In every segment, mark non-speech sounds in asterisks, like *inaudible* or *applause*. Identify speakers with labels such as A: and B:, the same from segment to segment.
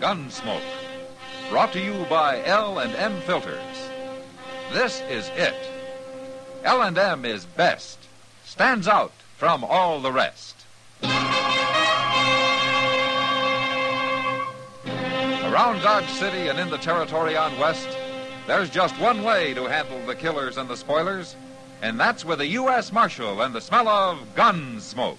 A: Gunsmoke, brought to you by L&M Filters. This is it. L&M is best, stands out from all the rest. Around Dodge City and in the territory on West, there's just one way to handle the killers and the spoilers, and that's with a U.S. Marshal and the smell of gun smoke.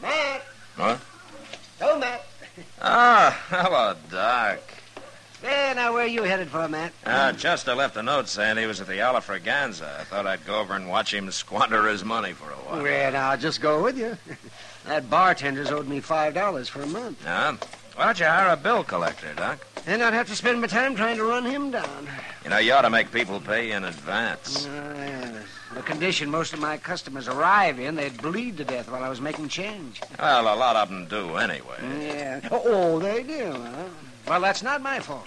B: Matt!
C: Huh?
B: Hello, Matt.
C: Ah, hello, Doc.
B: Hey, now where are you headed for, Matt?
C: Uh, Chester left a note saying he was at the Ala Fraganza. I thought I'd go over and watch him squander his money for a while.
B: Well, now, I'll just go with you. *laughs* that bartender's owed me $5 for a month.
C: Huh? Why don't you hire a bill collector, Doc?
B: Then I'd have to spend my time trying to run him down.
C: You know, you ought to make people pay in advance.
B: Uh, the condition most of my customers arrive in, they'd bleed to death while I was making change.
C: Well, a lot of them do anyway.
B: Yeah. Oh, they do, huh? Well, that's not my fault.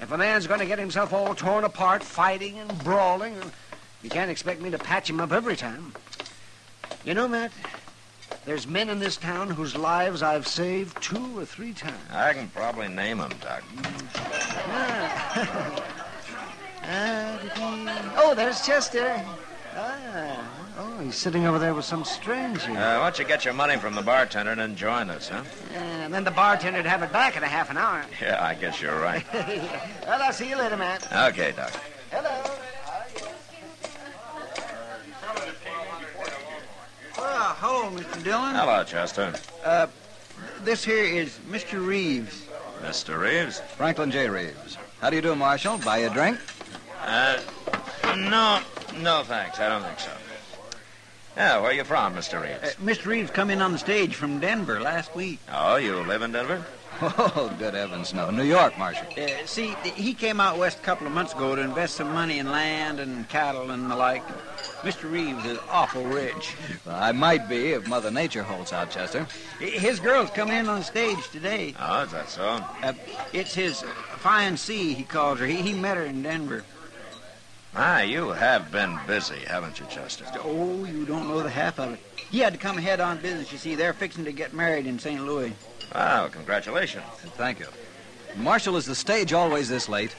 B: If a man's going to get himself all torn apart fighting and brawling, you can't expect me to patch him up every time. You know, Matt, there's men in this town whose lives I've saved two or three times. *laughs*
C: I can probably name them, Doc. Uh,
B: Ah, did he- Oh, there's Chester. Ah. Oh, he's sitting over there with some stranger.
C: Uh, why don't you get your money from the bartender and then join us, huh? *laughs*
B: and then the bartender'd have it back in a half an hour. *laughs*
C: Yeah, I guess you're right.
B: well, I'll see you later, Matt.
C: Okay, Doc.
B: Hello.
D: Ah, hello, Mr. Dillon. Uh,
C: Hello, Chester.
D: This here is Mr. Reeves.
C: Mr. Reeves?
D: Franklin J. Reeves. How do you do, Marshal? Buy you a drink?
C: Uh, no, no thanks. I don't think so. Yeah, where you from, Mr. Reeves?
D: Mr. Uh, Reeves come in on the stage from Denver last week.
C: Oh, you live in Denver?
D: *laughs* Oh, good heavens, no. New York, Marshal. Uh, see, th- he came out west a couple of months ago to invest some money in land and cattle and the like. Mr. Reeves is awful rich. I might be if Mother Nature holds out, Chester. His girl's coming in on the stage today.
C: Oh, is that so?
D: Uh, it's his fiancée, he calls her. He, he met her in Denver.
C: Ah, you have been busy, haven't you, Chester?
D: Oh, you don't know the half of it. He had to come ahead on business, you see. They're fixing to get married in St. Louis.
C: Wow, congratulations.
D: Thank you. Marshal, is the stage always this late?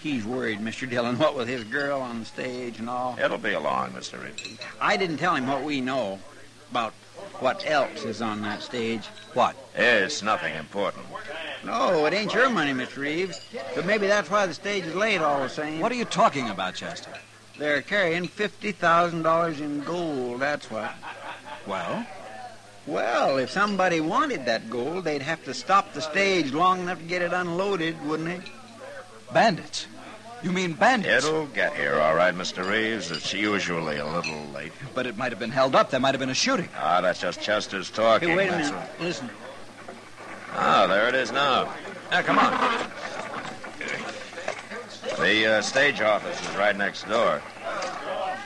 D: He's worried, Mr. Dillon, what with his girl on the stage and all.
C: It'll be along, Mr. Reeves.
D: I didn't tell him what we know about What else is on that stage? What?
C: It's nothing important.
D: No, it ain't your money, Mr. Reeves. But maybe that's why the stage is late all the same.
E: What are you talking about, Chester?
D: They're carrying $50,000 in gold, that's what.
E: Well,
D: Well, if somebody wanted that gold, they'd have to stop the stage long enough to get it unloaded, wouldn't they?
E: bandits. You mean bandits?
C: It'll get here, all right, Mr. Reeves. It's usually a little late.
E: But it might have been held up. There might have been a shooting.
C: Ah, that's just Chester's talking.
D: Hey, wait a
C: that's
D: minute. Listen.
C: Ah, there it is now. Now, come on. The uh, stage office is right next door.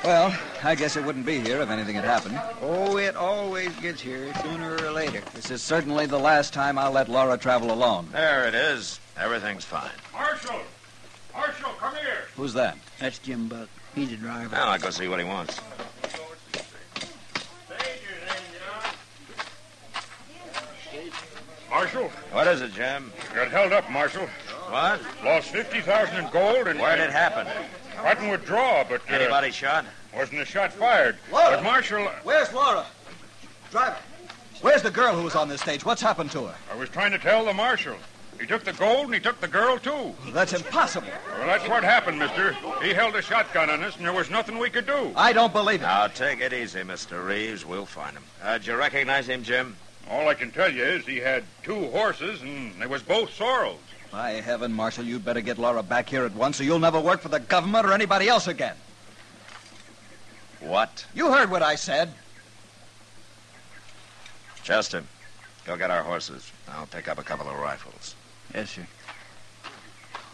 E: Well, I guess it wouldn't be here if anything had happened.
D: Oh, it always gets here sooner or later.
E: This is certainly the last time I'll let Laura travel alone.
C: There it is. Everything's fine.
F: Marshal! Marshal, come here!
E: Who's that?
D: That's Jim Buck. He's the driver.
C: Now I'll go see what he wants.
F: Marshal,
C: What is it, Jim?
F: got held up, Marshal.
C: What?
F: Lost 50000 in gold and...
C: Where did it happen?
F: Cotton withdraw, but... Uh,
C: Anybody shot?
F: Wasn't a shot fired.
E: Laura!
F: But, Marshal, uh,
E: Where's Laura? Driver. Where's the girl who was on this stage? What's happened to her?
F: I was trying to tell the Marshal. He took the gold and he took the girl, too.
E: That's impossible.
F: Well, that's what happened, mister. He held a shotgun on us, and there was nothing we could do.
E: I don't believe it.
C: Now, take it easy, Mr. Reeves. We'll find him. Uh, do you recognize him, Jim?
F: All I can tell you is he had two horses, and they was both sorrels.
E: By heaven, Marshal, you'd better get Laura back here at once or you'll never work for the government or anybody else again.
C: What?
E: You heard what I said.
C: Chester, go get our horses. I'll pick up a couple of rifles.
D: Yes, sir.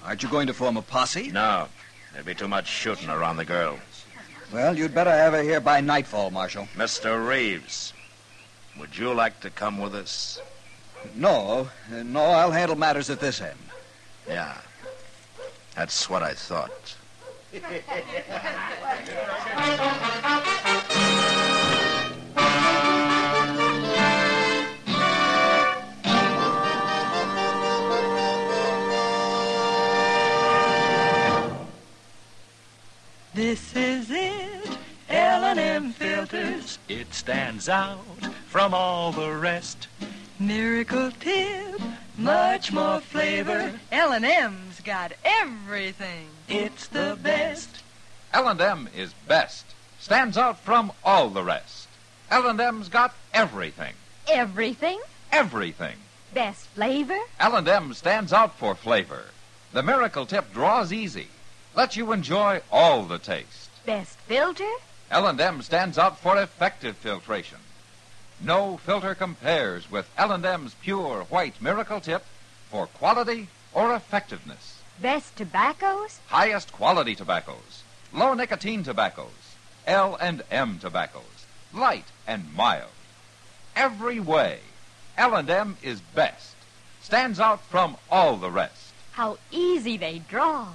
E: Aren't you going to form a posse?
C: No, there'd be too much shooting around the girl.
E: Well, you'd better have her here by nightfall, Marshal.
C: Mr. Reeves, would you like to come with us?
E: No, uh, no, I'll handle matters at this end.
C: Yeah. That's what I thought.
G: This is it, L&M filters. It stands out from all the rest. Miracle tip, much more flavor. L&M's got everything. It's the best.
A: L&M is best. Stands out from all the rest. L&M's got everything.
H: Everything?
A: Everything.
H: Best flavor?
A: L&M stands out for flavor. The miracle tip draws easy. Lets you enjoy all the taste.
H: Best filter?
A: L&M stands out for effective filtration. No filter compares with L&M's pure white miracle tip for quality or effectiveness.
H: Best tobaccos?
A: highest quality tobaccos, low nicotine tobaccos, L and M tobaccos, light and mild. Every way, L and M is best. Stands out from all the rest.
H: How easy they draw.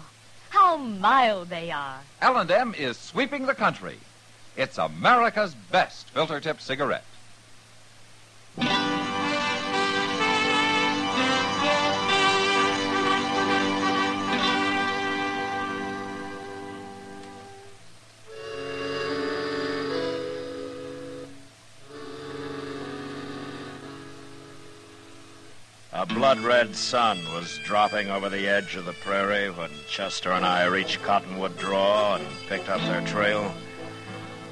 H: How mild they are.
A: L and M is sweeping the country. It's America's best filter tip cigarette.
C: A blood red sun was dropping over the edge of the prairie when Chester and I reached Cottonwood Draw and picked up their trail.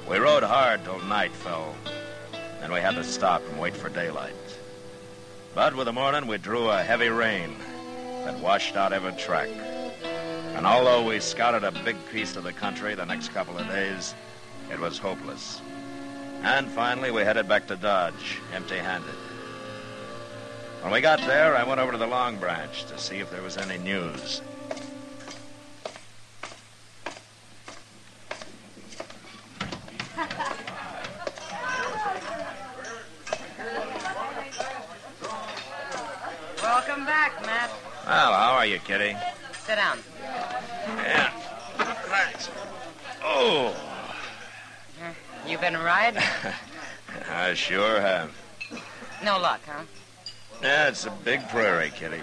C: We rode hard till night fell. Then we had to stop and wait for daylight. But with the morning, we drew a heavy rain that washed out every track. And although we scouted a big piece of the country the next couple of days, it was hopeless. And finally, we headed back to Dodge, empty handed. When we got there, I went over to the Long Branch to see if there was any news.
G: Welcome back, Matt.
C: Well, how are you, Kitty?
G: Sit down.
C: Yeah. Thanks. Oh,
G: You been riding?
C: I sure have.
G: No luck, huh?
C: Yeah, it's a big prairie, Kitty.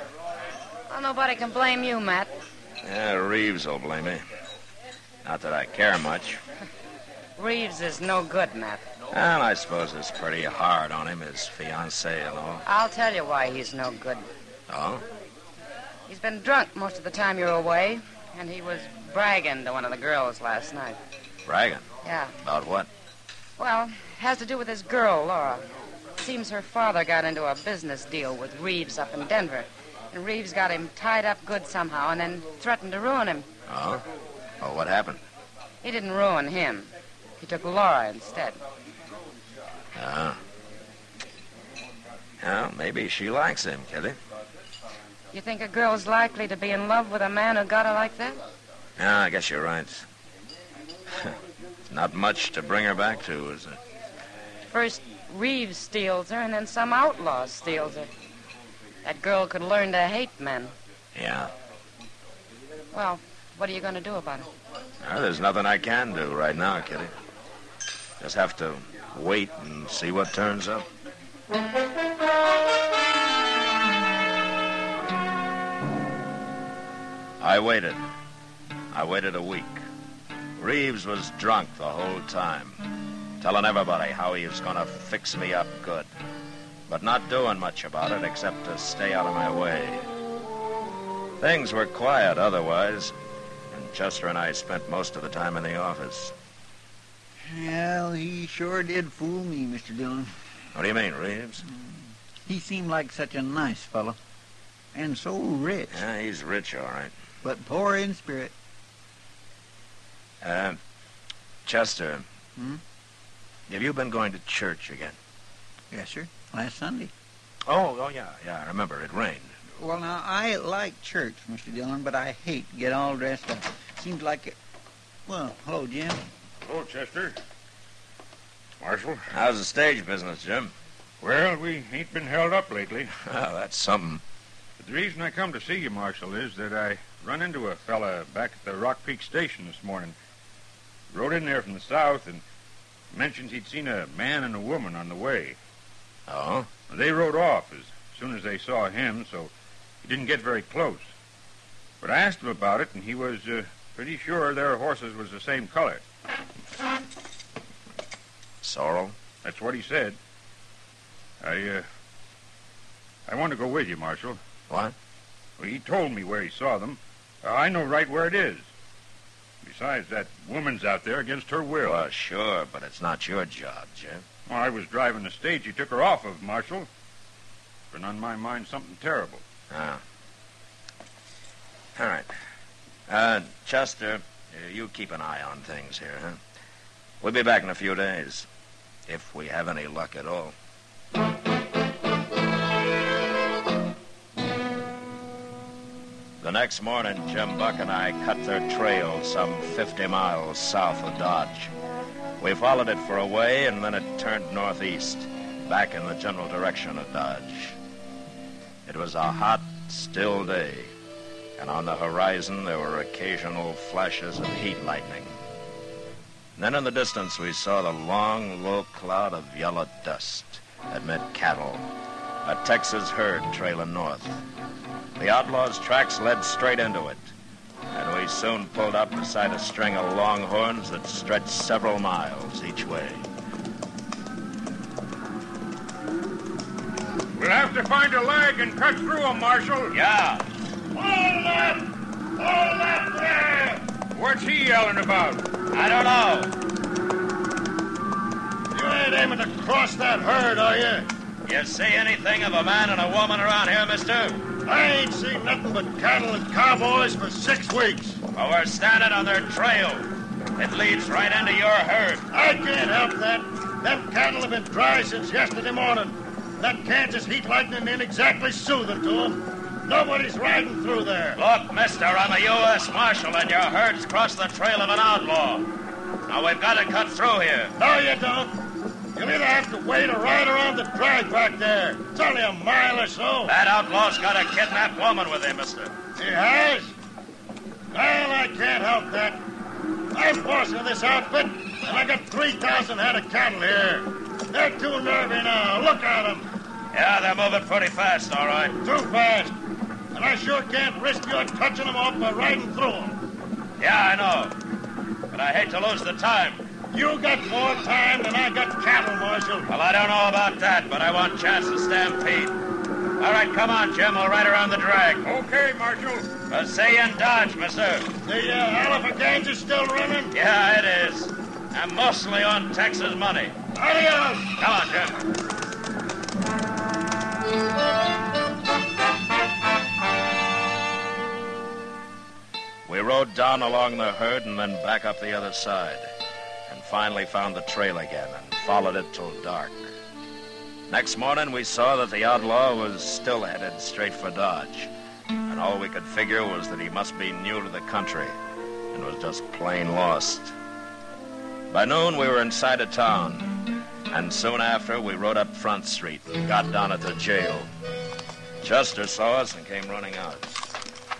G: Well, nobody can blame you, Matt.
C: Yeah, Reeves will blame me. Not that I care much.
G: Reeves is no good, Matt.
C: And I suppose it's pretty hard on him, his fiancée and all.
I: I'll tell you why he's no good.
C: Oh?
I: He's been drunk most of the time you're away, and he was bragging to one of the girls last night.
C: Bragging.
I: Yeah.
C: About what?
I: Well, has to do with his girl, Laura. Seems her father got into a business deal with Reeves up in Denver. And Reeves got him tied up good somehow and then threatened to ruin him.
C: Oh? Well, what happened?
I: He didn't ruin him. He took Laura instead.
C: Oh. Well, maybe she likes him, Kitty.
I: You think a girl's likely to be in love with a man who got her like that?
C: Yeah, I guess you're right. *laughs* Not much to bring her back to, is it?
I: First Reeves steals her, and then some outlaw steals her. That girl could learn to hate men.
C: Yeah.
I: Well, what are you going to do about it?
C: Well, there's nothing I can do right now, Kitty. Just have to wait and see what turns up. I waited. I waited a week. Reeves was drunk the whole time, telling everybody how he was going to fix me up good, but not doing much about it except to stay out of my way. Things were quiet otherwise, and Chester and I spent most of the time in the office.
D: Well, he sure did fool me, Mr. Dillon.
C: What do you mean, Reeves?
D: He seemed like such a nice fellow. And so Oh, rich,
C: Yeah, he's rich, all right.
D: but poor in spirit.
C: Uh, Chester,
D: Hmm?
C: have you been going to church again?
D: Yes, sir. Last Sunday.
C: Oh, oh yeah, yeah. I remember it rained.
D: Well, now, I like church, Mr. Dillon, but I hate to get all dressed up. Seems like it... Well, hello, Jim.
F: Hello, Chester. Marshal?
C: How's the stage business, Jim?
F: Well, we ain't been held up lately. *laughs*
C: Oh, that's something.
F: But the reason I come to see you, Marshal, is that I run into a fella back at the Rock Peak Station this morning. Rode in there from the south and mentions he'd seen a man and a woman on the way.
C: Oh?
F: They rode off as soon as they saw him, so he didn't get very close. But I asked him about it, and he was uh, pretty sure their horses was the same color.
C: Sorrel?
F: That's what he said. I, uh, I want to go with you, Marshal.
C: What?
F: Well, he told me where he saw them. Uh, I know right where it is. Besides, that woman's out there against her will.
C: Well, sure, but it's not your job, Jim.
F: Well, I was driving the stage you took her off of, Marshal. Been on my mind something terrible.
C: Ah. All right. Uh, Chester, uh, you keep an eye on things here, huh? We'll be back in a few days, if we have any luck at all. The next morning, Jim Buck and I cut their trail some 50 miles south of Dodge. We followed it for a way, and then it turned northeast, back in the general direction of Dodge. It was a hot, still day, and on the horizon there were occasional flashes of heat lightning. Then in the distance we saw the long, low cloud of yellow dust that meant cattle, a Texas herd trailing north. The outlaws' tracks led straight into it, and we soon pulled up beside a string of longhorns that stretched several miles each way.
F: We'll have to find a leg and cut through them, Marshal.
C: Yeah.
F: Hold up! Hold up there! What's he yelling about?
C: I don't
F: know. You ain't aiming to cross that herd, are you?
C: You see anything of a man and a woman around here, mister?
F: I ain't seen nothing but cattle and cowboys for six weeks.
C: Well, we're standing on their trail. It leads right into your herd.
F: I can't help that. Them cattle have been dry since yesterday morning. That Kansas heat lightning ain't exactly soothing to 'em. Nobody's riding through there.
C: Look, mister, I'm a U.S. Marshal, and your herd's crossed the trail of an outlaw. Now, we've got to cut through here.
F: No, you don't. You'll either have to wait or ride around the drive back there. It's only a mile or so.
C: That outlaw's got a kidnapped woman with him, mister.
F: He has? Well, I can't help that. I'm boss of this outfit, and I got 3,000 head of cattle here. They're too nervy now. Look at 'em.
C: Yeah, they're moving pretty fast, all right.
F: Too fast. And I sure can't risk your touching 'em off by riding through 'em.
C: Yeah, I know. But I hate to lose the time.
J: You got more time than I got cattle, Marshal.
K: Well, I don't know about that, but I want chance to stampede. All right, come on, Jim. I'll ride around the drag.
J: Okay, Marshal.
K: Uh, say in Dodge, monsieur.
J: The uh, Alphagange is still running?
K: Yeah, it is. I'm mostly on Texas money.
J: Adios!
K: Come on, Jim.
C: We rode down along the herd and then back up the other side, and finally found the trail again and followed it till dark. Next morning, we saw that the outlaw was still headed straight for Dodge, and all we could figure was that he must be new to the country and was just plain lost. By noon, we were inside of town, and soon after, we rode up Front Street and got down at the jail. Chester saw us and came running out.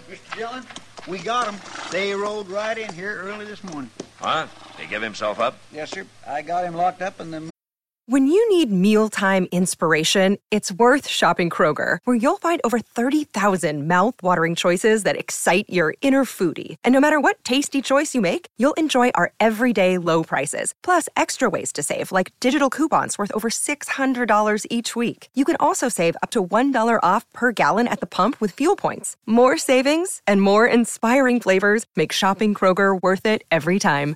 D: Mr. Dillon, we got 'em. They rolled right in here early this morning.
C: Huh? Did he give himself up?
D: Yes, sir. I got him locked up in the
L: When you need mealtime inspiration, it's worth shopping Kroger, where you'll find over 30,000 mouth-watering choices that excite your inner foodie. And no matter what tasty choice you make, you'll enjoy our everyday low prices, plus extra ways to save, like digital coupons worth over $600 each week. You can also save up to $1 off per gallon at the pump with fuel points. More savings and more inspiring flavors make shopping Kroger worth it every time.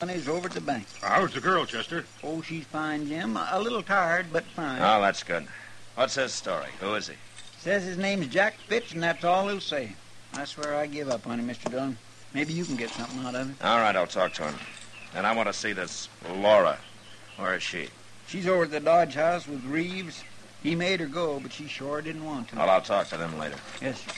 D: money's over at the bank.
F: How's the girl, Chester? Ah.
D: Oh, she's fine, Jim. A little tired, but fine.
C: Oh, that's good. What's his story? Who is he?
D: Says his name's Jack Fitch, and that's all he'll say. I swear I give up on him, Mr. Dillon. Maybe you can get something out of it.
C: All right, I'll talk to him. And I want to see this Laura. Where is she?
D: She's over at the Dodge house with Reeves. He made her go, but she sure didn't want to.
C: Well, I'll talk to them later.
D: Yes, sir.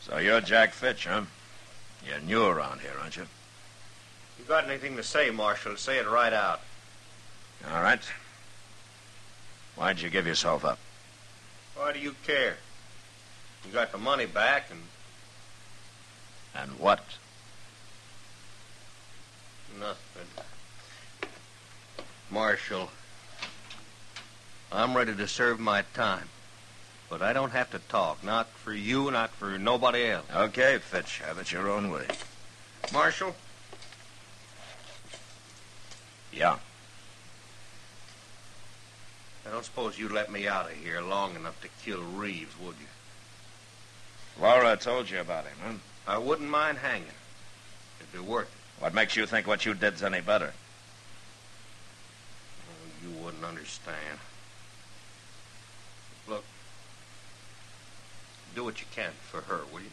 C: So you're Jack Fitch, huh? You're new around here, aren't you?
M: You got anything to say, Marshal? Say it right out.
C: All right. Why'd you give yourself up?
M: Why do you care? You got the money back, and
C: And what?
M: Nothing. Marshal, I'm ready to serve my time. But I don't have to talk. Not for you, not for nobody else.
C: Okay, Fitch. Have it your own way.
M: Marshal,
C: Yeah.
M: I don't suppose you let me out of here long enough to kill Reeves, would you?
C: Laura told you about him, huh?
M: I wouldn't mind hanging. It'd be worth it.
C: What makes you think what you did's any better?
M: Oh, you wouldn't understand. Look, do what you can for her, will you?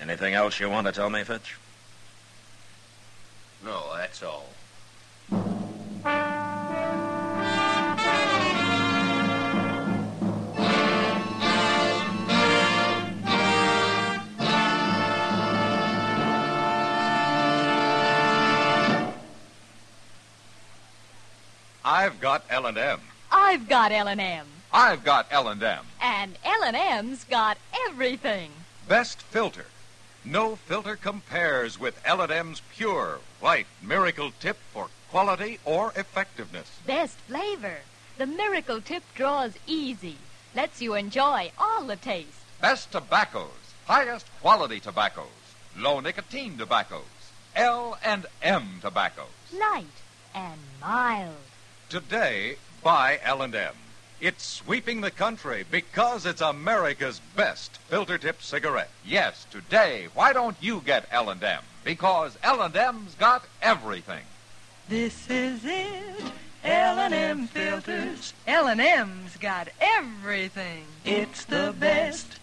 C: Anything else you want to tell me, Fitch?
M: No, that's all.
A: I've got L&M.
H: I've got L&M,
A: I've got L&M.
H: and L&M's got everything.
A: Best filter. No filter compares with L&M's pure white miracle tip for quality or effectiveness.
H: Best flavor. The Miracle Tip draws easy, lets you enjoy all the taste.
A: Best tobaccos, highest quality tobaccos, low nicotine tobaccos, L and M tobacco.
H: Light and mild.
A: Today, buy L&M. It's sweeping the country because it's America's best filter tip cigarette. Yes, today, why don't you get L&M? Because L&M's got everything.
G: This is it. L&M filters. L&M's got everything. It's the best.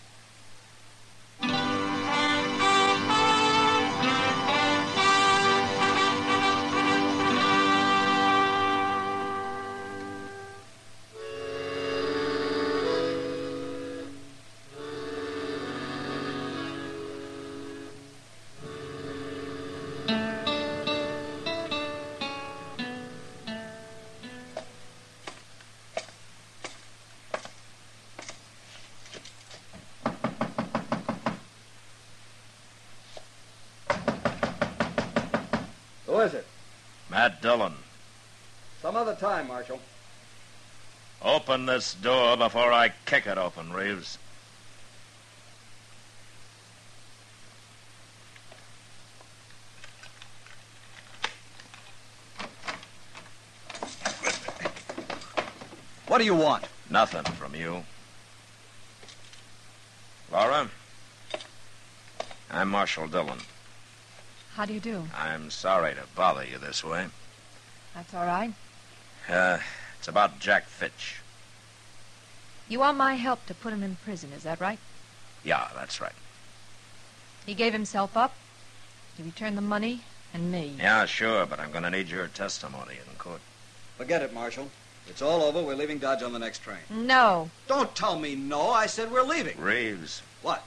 E: Who is it?
C: Matt Dillon,
E: Some other time, Marshal.
C: open this door before I kick it open, Reeves.
E: What do you want?
C: Nothing from you. Laura, I'm Marshal Dillon.
N: How do you do?
C: I'm sorry to bother you this way.
N: That's all right.
C: Uh, it's about Jack Fitch.
N: You want my help to put him in prison, is that right?
C: Yeah, that's right.
N: He gave himself up. You returned the money and me.
C: Yeah, sure, but I'm going to need your testimony in court.
E: Forget it, Marshal. It's all over. We're leaving Dodge on the next train.
N: No.
E: Don't tell me no. I said we're leaving.
C: Reeves,
E: What?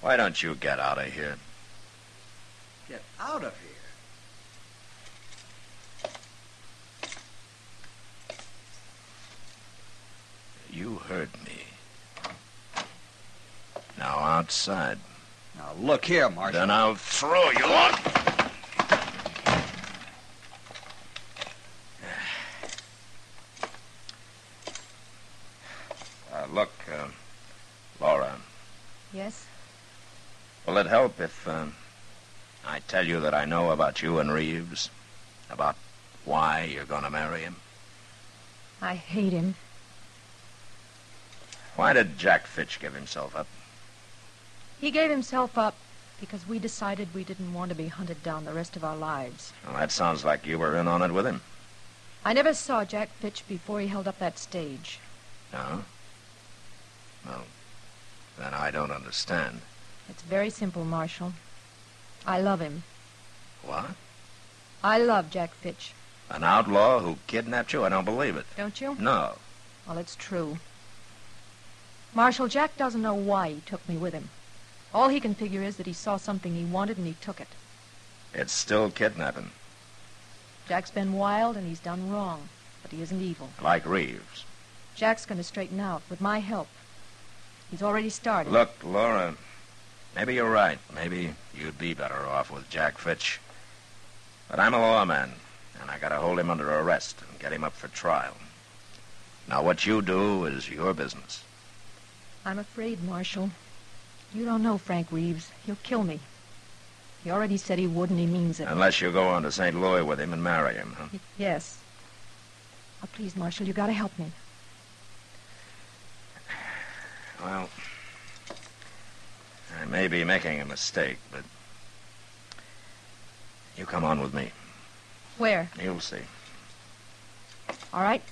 C: why don't you get out of here?
E: Get out of here.
C: You heard me. Now outside.
E: Now look here, Marshal.
C: Then I'll throw you out. *sighs* Uh, look, uh, Laura,
N: Yes?
C: will it help if um, I tell you that I know about you and Reeves? About why you're going to marry him?
N: I hate him.
C: Why did Jack Fitch give himself up?
N: He gave himself up because we decided we didn't want to be hunted down the rest of our lives.
C: Well, that sounds like you were in on it with him.
N: I never saw Jack Fitch before he held up that stage.
C: No? Well, then I don't understand.
N: It's very simple, Marshal. I love him.
C: What?
N: I love Jack Fitch,
C: An outlaw who kidnapped you? I don't believe it.
N: don't you?
C: No.
N: Well, it's true. Marshal, Jack doesn't know why he took me with him. All he can figure is that he saw something he wanted and he took it.
C: It's still kidnapping,
N: Jack's been wild and he's done wrong, but he isn't evil.
C: like Reeves.
N: Jack's going to straighten out with my help. He's already started.
C: Look, Laura, maybe you're right. Maybe you'd be better off with Jack Fitch. But I'm a lawman, and I gotta hold him under arrest and get him up for trial. Now, what you do is your business.
N: I'm afraid, Marshal. You don't know Frank Reeves. He'll kill me. He already said he would and he means it.
C: Unless you go on to St. Louis with him and marry him, huh?
N: Yes. Oh, please, Marshal, you gotta help me.
C: Well, I may be making a mistake, but you come on with me.
N: Where?
C: You'll see.
N: All right?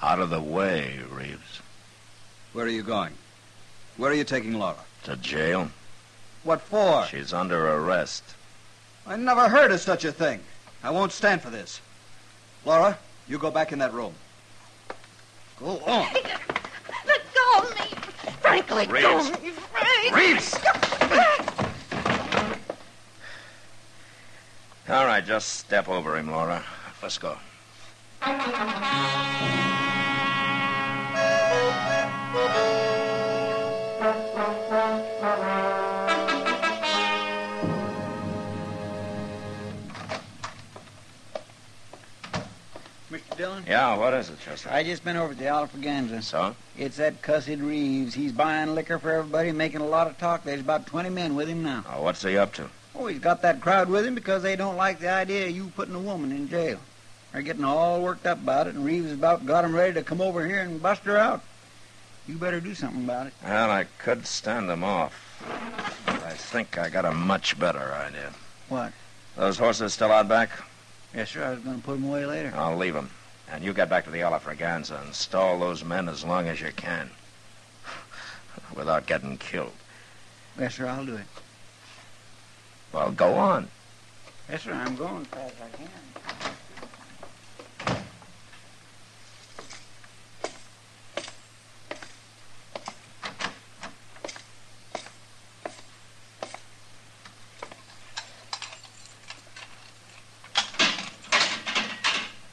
C: Out of the way, Reeves.
E: Where are you going? Where are you taking Laura?
C: To jail.
E: What for?
C: She's under arrest.
E: I never heard of such a thing. I won't stand for this. Laura, you go back in that room. Go
H: *laughs*
E: on.
G: Let go of me! Frank, Oh. let go
E: Reeves.
G: of me, Frank!
E: Reeves.
C: All right, just step over him, Laura. Let's go.
D: Mr. Dillon?
C: Yeah, what is it, Chester?
D: I just been over to the Alfaganza.
C: So?
D: It's that cussed Reeves. He's buying liquor for everybody, making a lot of talk. There's about 20 men with him now.
C: Oh, what's he up to?
D: Oh, he's got that crowd with him because they don't like the idea of you putting a woman in jail. They're getting all worked up about it, and Reeves about got 'em ready to come over here and bust her out. You better do something about it.
C: Well, I could stand him off. But I think I got a much better idea.
D: What?
C: Those horses still out back?
D: Yes, sir. I was going to put him away later.
C: I'll leave them. And you get back to the Alafraganza and stall those men as long as you can. *laughs* Without getting killed.
D: Yes, sir. I'll do it.
C: Well, go on.
D: Yes, sir. I'm going as fast as I can.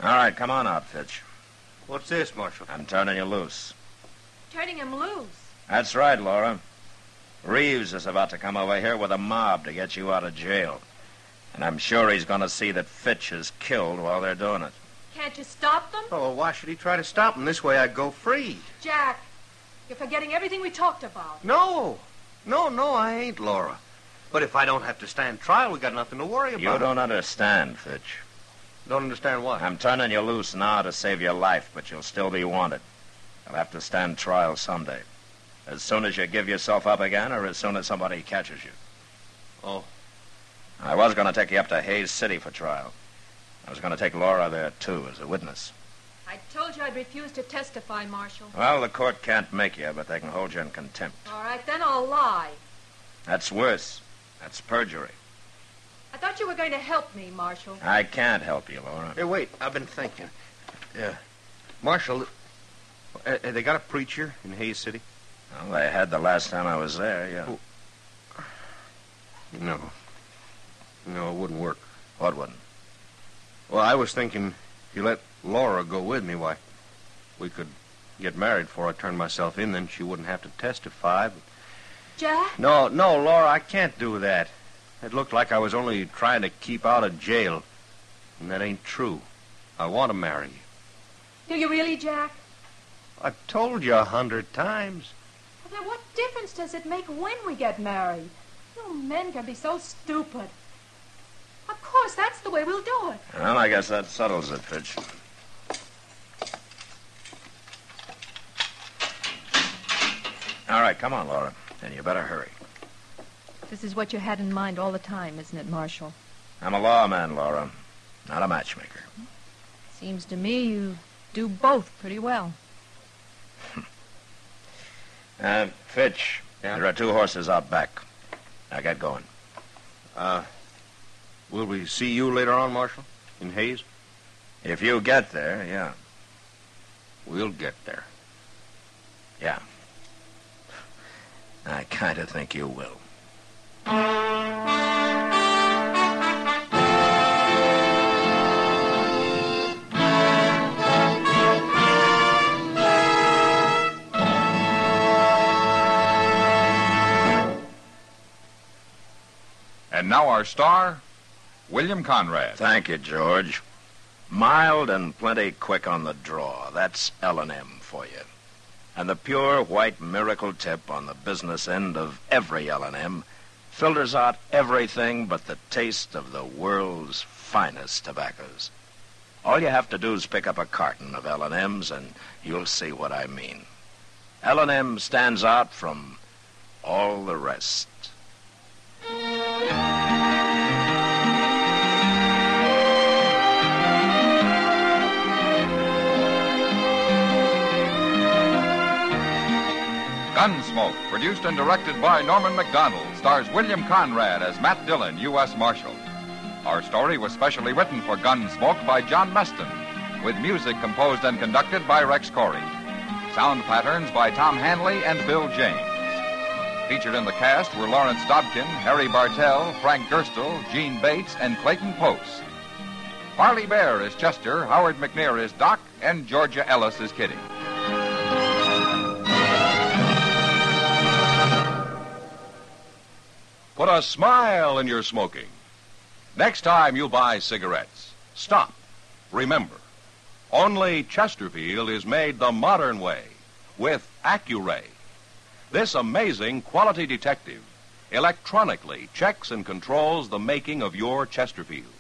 C: All right, come on out, Fitch.
M: What's this, Marshal?
C: I'm turning you loose.
N: Turning him loose.
C: That's right, Laura. Reeves is about to come over here with a mob to get you out of jail. And I'm sure he's going to see that Fitch is killed while they're doing it.
N: Can't you stop them?
M: Oh, well, why should he try to stop him? This way I'd go free.
N: Jack, you're forgetting everything we talked about.
M: No. No, no, I ain't, Laura. But if I don't have to stand trial, we got nothing to worry about.
C: You don't understand, Fitch.
M: Don't understand what?
C: I'm turning you loose now to save your life, but you'll still be wanted. You'll have to stand trial someday. As soon as you give yourself up again, or as soon as somebody catches you.
M: Oh.
C: I was going to take you up to Hayes City for trial. I was going to take Laura there, too, as a witness.
N: I told you I'd refuse to testify, Marshal.
C: Well, the court can't make you, but they can hold you in contempt.
N: All right, then I'll lie.
C: That's worse. That's perjury.
N: I thought you were going to help me, Marshal.
C: I can't help you, Laura.
M: Hey, wait. I've been thinking. Uh, Marshal, uh, uh, they got a preacher in Hayes City?
C: Well, they had the last time I was there, yeah.
M: Oh. No. No, it wouldn't work.
C: What wouldn't?
M: Well, I was thinking if you let Laura go with me, why, we could get married before I turned myself in. Then she wouldn't have to testify. But...
N: Jack?
M: No, no, Laura, I can't do that. It looked like I was only trying to keep out of jail. And that ain't true. I want to marry you.
N: Do you really, Jack?
M: I've told you a hundred times.
N: Well, then what difference does it make when we get married? You men can be so stupid. Of course, that's the way we'll do it.
C: Well, I guess that settles it, Fitch. All right, come on, Laura. And you better hurry.
N: This is what you had in mind all the time, isn't it, Marshal?
C: I'm a lawman, Laura, not a matchmaker.
N: Seems to me you do both pretty well.
C: Uh, Fitch, there are two horses out back. Now get going.
M: Uh, will we see you later on, Marshal? In Hayes?
C: If you get there, yeah.
M: We'll get there.
C: Yeah. I kind of think you will.
A: And now our star, William Conrad.
C: Thank you, George. Mild and plenty quick on the draw. That's L&M for you. And the pure white miracle tip on the business end of every L&M filters out everything but the taste of the world's finest tobaccos. All you have to do is pick up a carton of L&M's and you'll see what I mean. L&M stands out from all the rest.
A: Gunsmoke, produced and directed by Norman McDonald, stars William Conrad as Matt Dillon, U.S. Marshal. Our story was specially written for Gunsmoke by John Meston, with music composed and conducted by Rex Corey. Sound patterns by Tom Hanley and Bill James. Featured in the cast were Lawrence Dobkin, Harry Bartell, Frank Gerstel, Gene Bates, and Clayton Post. Farley Bear is Chester, Howard McNair is Doc, and Georgia Ellis is Kitty.
O: Put a smile in your smoking. Next time you buy cigarettes, stop. Remember, only Chesterfield is made the modern way with Accuray. This amazing quality detective electronically checks and controls the making of your Chesterfield,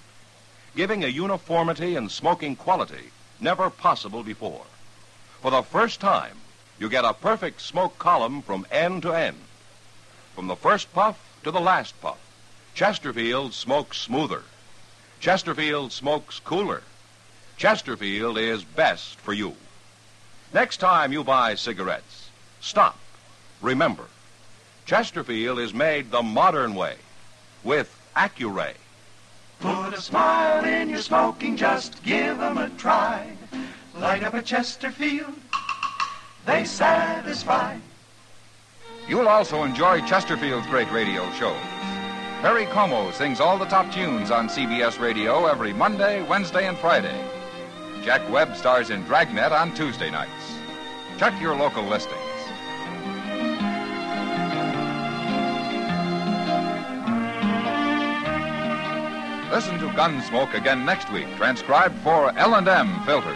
O: giving a uniformity and smoking quality never possible before. For the first time, you get a perfect smoke column from end to end. From the first puff to the last puff, Chesterfield smokes smoother. Chesterfield smokes cooler. Chesterfield is best for you. Next time you buy cigarettes, stop. Remember, Chesterfield is made the modern way with Accuray.
G: Put a smile in your smoking, just give 'em a try. Light up a Chesterfield, they satisfy.
A: You'll also enjoy Chesterfield's great radio shows. Perry Como sings all the top tunes on CBS Radio every Monday, Wednesday, and Friday. Jack Webb stars in Dragnet on Tuesday nights. Check your local listings. Listen to Gunsmoke again next week, transcribed for L&M Filters.